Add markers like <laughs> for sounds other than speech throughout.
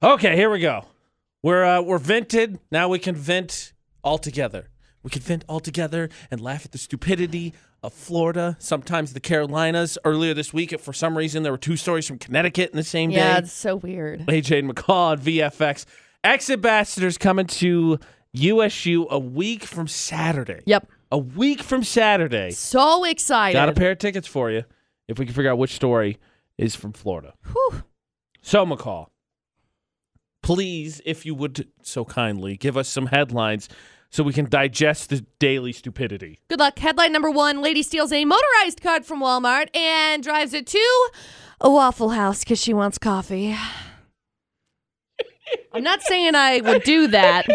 Okay, here we go. We're uh, we're vented. Now we can vent altogether. We can vent altogether and laugh at the stupidity of Florida. Sometimes the Carolinas. Earlier this week, for some reason, there were two stories from Connecticut in the same Yeah, day. it's so weird. AJ and McCall on VFX. Ex ambassadors coming to USU a week from Saturday. Yep. A week from Saturday. So excited. Got a pair of tickets for you if we can figure out which story is from Florida. Whew. So, McCall, please, if you would so kindly, give us some headlines so we can digest the daily stupidity. Good luck. Headline number one Lady steals a motorized cart from Walmart and drives it to a Waffle House because she wants coffee. I'm not saying I would do that.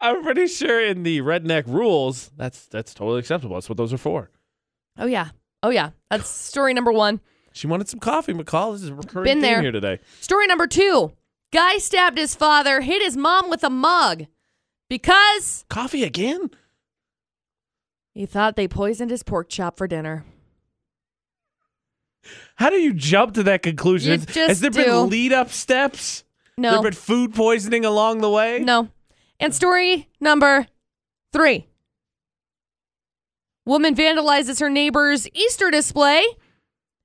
I'm pretty sure in the redneck rules, that's that's totally acceptable. That's what those are for. Oh, yeah. Oh, yeah. That's story number one. She wanted some coffee, McCall. This is a recurring Been theme there. here today. Story number two Guy stabbed his father, hit his mom with a mug because Coffee again? he thought they poisoned his pork chop for dinner. How do you jump to that conclusion? You Has- just Has there do. been lead up steps? No. There been food poisoning along the way? No. And story number three Woman vandalizes her neighbor's Easter display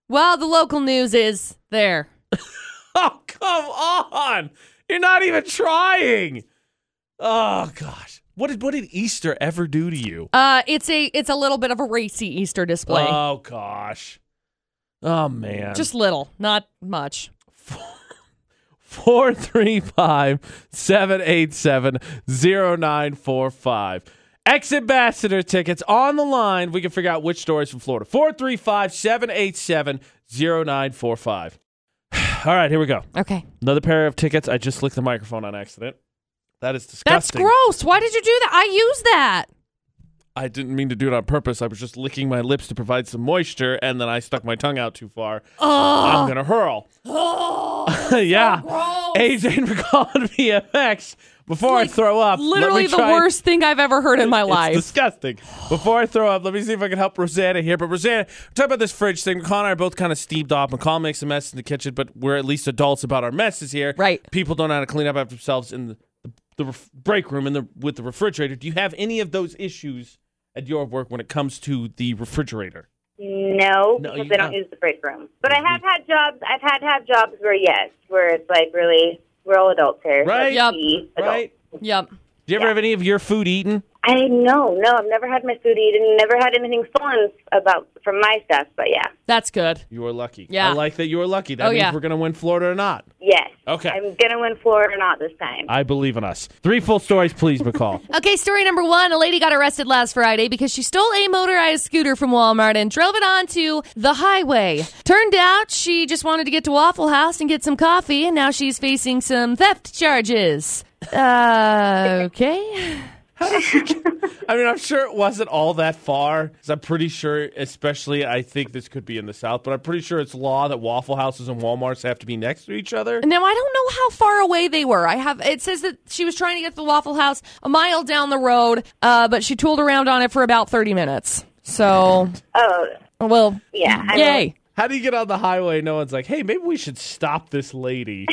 while the local news is there. <laughs> Oh, come on. You're not even trying. Oh gosh. What did what did Easter ever do to you? Uh, it's a it's a little bit of a racy Easter display. Oh gosh. Oh man. Just little, not much. four three five seven eight seven zero nine four five. Ex ambassador tickets on the line. We can figure out which stories from Florida. Four three five seven eight seven zero nine four five. <sighs> All right, here we go. Okay. Another pair of tickets. I just licked the microphone on accident. That is disgusting. That's gross. Why did you do that? I use that. I didn't mean to do it on purpose. I was just licking my lips to provide some moisture, and then I stuck my tongue out too far. I'm gonna <gasps> hurl. <laughs> yeah. Oh, gross. AJ and McCall on <laughs> VFX. Before I Like, throw up, let me Literally the try- worst thing I've ever heard in my life. It's disgusting. Before I throw up, let me see if I can help Rosanna here. But Rosanna, talk about this fridge thing. McCall and I are both kind of steamed up. McCall makes a mess in the kitchen, but we're at least adults about our messes here. Right. People don't know how to clean up after themselves in the, the ref- break room and the with the refrigerator. Do you have any of those issues at your work when it comes to the refrigerator? No, No, because you Mm-hmm. they don't have- use the break room. But I have had jobs. I've had to have jobs where yes, where it's like really, we're all adults here. Right. Let's Yep. be adults. Right. yep. Do you ever Yeah. have any of your food eaten? I know. No, I've never had my food eaten. Never had anything stolen about from my stuff. But yeah, That's good. You are lucky. Yeah. I like that you are lucky. That Oh, means yeah. we're gonna win Florida or not. yes. Okay. I'm gonna win Florida or not this time. I believe in us. Three full stories, please, <laughs> McCall. Okay, story number one. A lady got arrested last Friday because she stole a motorized scooter from Walmart and drove it onto the highway. Turned out she just wanted to get to Waffle House and get some coffee, and now she's facing some theft charges. <laughs> Uh, okay. I mean, I'm sure it wasn't all that far. 'cause I'm pretty sure, especially, I think this could be in the South, but I'm pretty sure it's law that Waffle Houses and Walmarts have to be next to each other. Now I don't know how far away they were. I have it says that she was trying to get to the Waffle House a mile down the road, uh, but she tooled around on it for about thirty minutes. So, Uh, oh well, yeah. I mean, <laughs> yay, How do you get on the highway? and No one's like, hey, maybe we should stop this lady.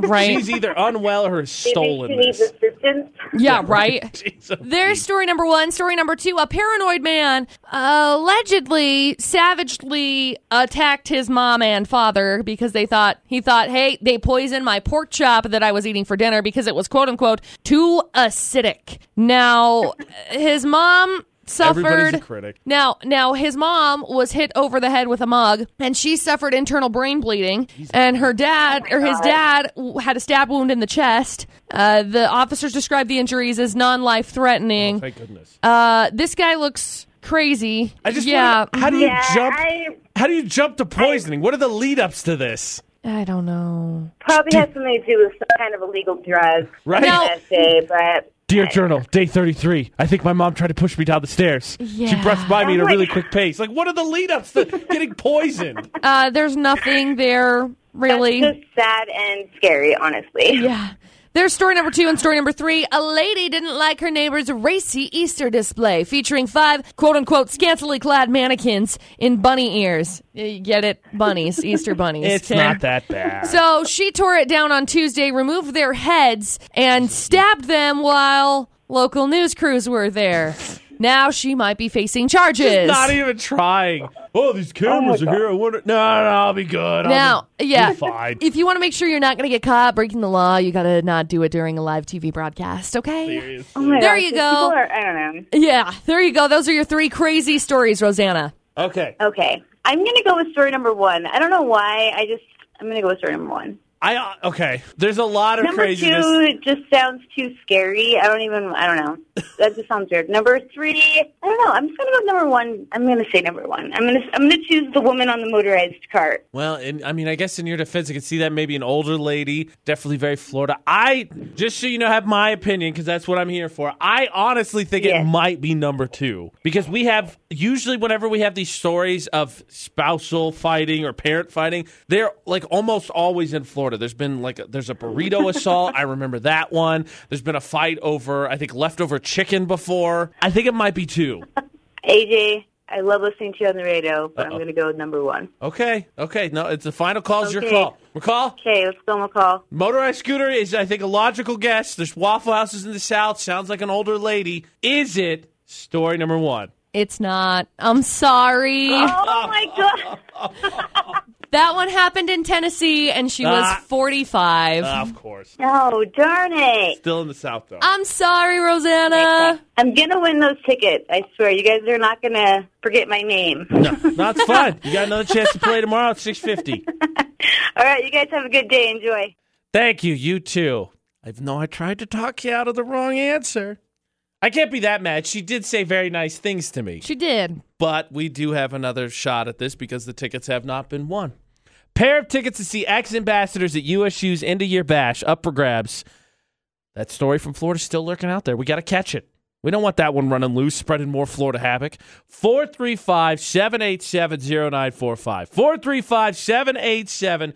right? She's either <laughs> unwell or has do you think stolen she needs this. assistance? yeah, right. <laughs> Jesus. There's story number one. Story number two a paranoid man allegedly savagely attacked his mom and father because they thought, he thought, hey, they poisoned my pork chop that I was eating for dinner because it was quote unquote too acidic. Now, his mom Everybody's a suffered. critic. Now, now his mom was hit over the head with a mug, and she suffered internal brain bleeding. And her dad, Oh or his dad, w- had a stab wound in the chest. Uh, the officers described the injuries as non-life threatening. Oh, Thank goodness. Uh, this guy looks crazy. I just yeah. wanna- how do you Yeah, jump? I how do you jump to poisoning? what are the lead ups to this? I don't know. probably has something to do with some kind of illegal drug. Right. Now- That day, but Dear journal, day 33. I think my mom tried to push me down the stairs. She Yeah. brushed by me at a Oh my really God. quick pace. Like, what are the lead ups to getting poisoned? Uh, there's nothing there that's really. just sad and scary, honestly. Yeah. There's story number two and story number three. A lady didn't like her neighbor's racy Easter display featuring five quote unquote scantily clad mannequins in bunny ears. You get it? Bunnies, Easter bunnies. It's Tim. not that bad. So she tore it down on Tuesday, removed their heads, and stabbed them while local news crews were there. Now she might be facing charges. Not even trying. Oh, these cameras Oh my are here. I wonder. No, no, I'll be good. I'll now, be- yeah. be fine. If you want to make sure you're not going to get caught breaking the law, you got to not do it during a live TV broadcast, okay? Oh my There gosh, you these go. people Are, I don't know. Yeah, there you go. Those are your three crazy stories, Rosanna. Okay. Okay, I'm gonna go with story number one. I don't know why. I just I'm gonna go with story number one. I uh, okay. There's a lot of Number craziness. two just sounds too scary. I don't even. I don't know. That just sounds weird. Number three, I don't know. I'm just gonna go with number one. I'm gonna say number one. I'm gonna I'm gonna choose the woman on the motorized cart. Well, in, I mean, I guess in your defense, I could see that maybe an older lady, definitely very Florida. I just so you know, have my opinion because that's what I'm here for. I honestly think Yeah. it might be number two because we have usually whenever we have these stories of spousal fighting or parent fighting, they're like almost always in Florida. There's been like a, there's a <laughs> burrito assault. I remember that one. There's been a fight over I think leftover chicken before. I think it might be two. AJ, I love listening to you on the radio, but I'm gonna go with number one. Okay, okay. No, it's the final call. Is your Okay. call, McCall? Okay, let's go, McCall. Motorized scooter is, I think, a logical guess. There's Waffle Houses in the South. Sounds like an older lady. Is it story number one? It's not. I'm sorry. Oh my god. That one happened in Tennessee, and she Ah. was 45. of course. No, darn it. Still in the South, though. I'm sorry, Rosanna. I'm gonna win those tickets. I swear, you guys are not gonna forget my name. no, it's fun. You got another chance to play tomorrow at 650. All right, you guys have a good day. Enjoy. Thank you. You too. I know I tried to talk you out of the wrong answer. I can't be that mad. She did say very nice things to me. She did. but we do have another shot at this because the tickets have not been won. Pair of tickets to see ex ambassadors at USU's end of year bash up for grabs. That story from Florida still lurking out there. We got to catch it. We don't want that one running loose, spreading more Florida havoc. 435 787 0945. 435 787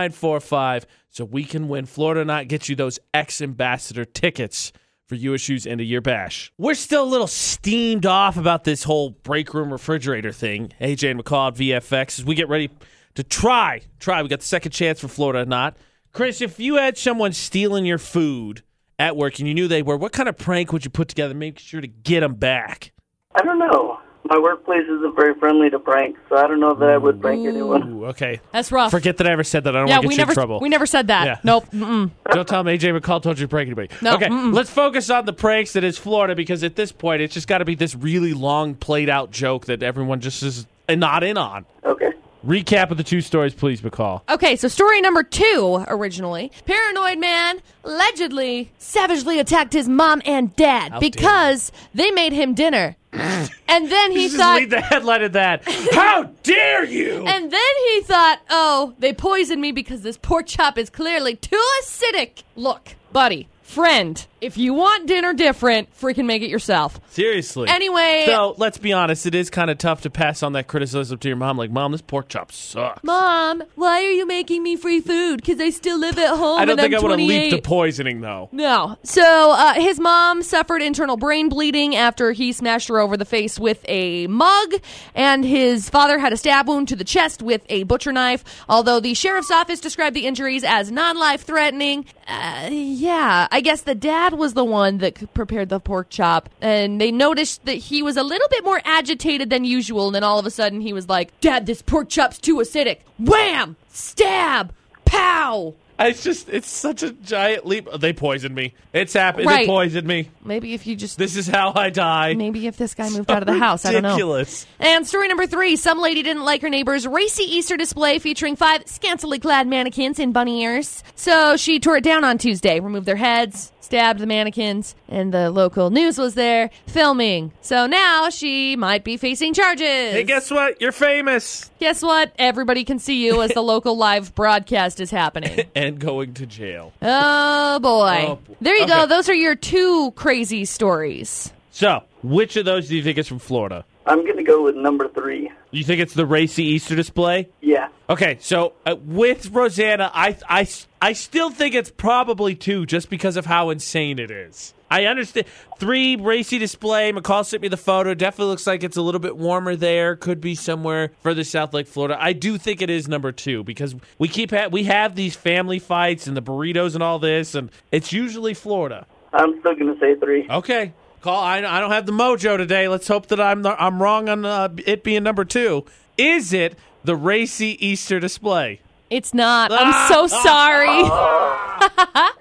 0945. So we can win Florida or not, get you those ex ambassador tickets for USU's end of year bash. We're still a little steamed off about this whole break room refrigerator thing. AJ and McCall at VFX as we get ready to try, try. We got the second chance for Florida or not. Chris, if you had someone stealing your food at work and you knew they were, what kind of prank would you put together? to Make sure to get them back. I don't know. My workplace isn't very friendly to pranks, so I don't know that I would prank anyone. <laughs> Ooh, okay. That's rough. Forget that I ever said that. I don't yeah, want to get we you never in trouble. we never said that. Yeah. <laughs> Nope. Mm-mm. Don't tell me AJ McCall told you to prank anybody. No, Okay, mm-mm. let's focus on the pranks that is Florida because at this point it's just got to be this really long played out joke that everyone just is not in on. Okay. Recap of the two stories, please, McCall. Okay, so story number two originally. Paranoid man allegedly savagely attacked his mom and dad How dare because they made <laughs> him dinner. and then he just thought leave the headline of that. How dare you? <laughs> and then he thought, oh, they poisoned me because this pork chop is clearly too acidic. Look, buddy, friend, if you want dinner different, freaking make it yourself. Seriously. Anyway, Though, let's be honest, it is kind of tough to pass on that criticism to your mom. Like, mom, this pork chop sucks. Mom, why are you making me free food? Because I still live at home. I don't and think I I'm want to leap to 28." poisoning, though. No. So uh, his mom suffered internal brain bleeding after he smashed her over the face with a mug, and his father had a stab wound to the chest with a butcher knife. Although the sheriff's office described the injuries as non-life threatening. Uh, yeah, I guess the dad was the one that c- prepared the pork chop, and they noticed that he was a little bit more agitated than usual. And then all of a sudden, he was like, "Dad, this pork chop's too acidic." Wham! Stab! Pow! It's just, it's such a giant leap. They poisoned me. It's happened. They Right. poisoned me. Maybe if you just This is how I die. Maybe if this guy moved out of the house, I don't know. Ridiculous. And story number three: Some lady didn't like her neighbor's racy Easter display featuring five scantily clad mannequins in bunny ears, so she tore it down on Tuesday, removed their heads, stabbed the mannequins, and the local news was there filming. So now she might be facing charges. Hey, guess what? You're famous. Guess what? Everybody can see you <laughs> as the local live broadcast is happening. And going to jail. oh boy! Oh, boy. There you Okay. go. Those are your two crazy stories. So, which of those do you think is from Florida? I'm going to go with number three. You think it's the racy Easter display? Yeah. Okay, so uh, with Rosanna, I, I, I still think it's probably two just because of how insane it is. I understand. Three, racy display. McCall sent me the photo. Definitely looks like it's a little bit warmer there. Could be somewhere further south, like Florida. I do think it is number two because we keep ha- we have these family fights and the burritos and all this, and it's usually Florida. I'm still gonna say three. Okay, call. I, I don't have the mojo today. Let's hope that I'm I'm wrong on uh, it being number two. Is it the racy Easter display? It's not. <laughs> I'm so sorry.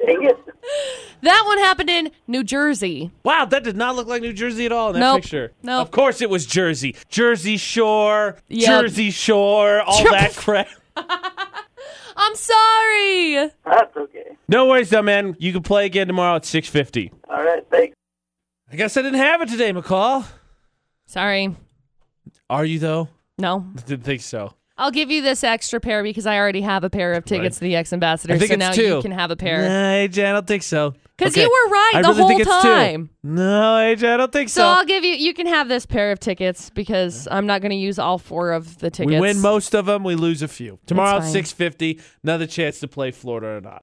Dang it. That one happened in New Jersey. Wow, that did not look like New Jersey at all in that Nope. picture. Nope. Of course it was Jersey. Jersey Shore, Yep. Jersey Shore, all that crap. I'm sorry. That's okay. No worries though, man. You can play again tomorrow at 6.50. All right. Thanks. I guess I didn't have it today, McCall. Sorry. Are you though? No. Didn't think so. I'll give you this extra pair because I already have a pair of tickets Right. to the ex ambassador. I think So it's now two. you can have a pair. Nah, AJ, I don't think so. 'Cause you were right I the really think whole it's two. time. No, AJ, I don't think So, so. I'll give you you can have this pair of tickets because I'm not going to use all four of the tickets. we win most of them, we lose a few. Tomorrow at fine. 6.50, another chance to play Florida or not.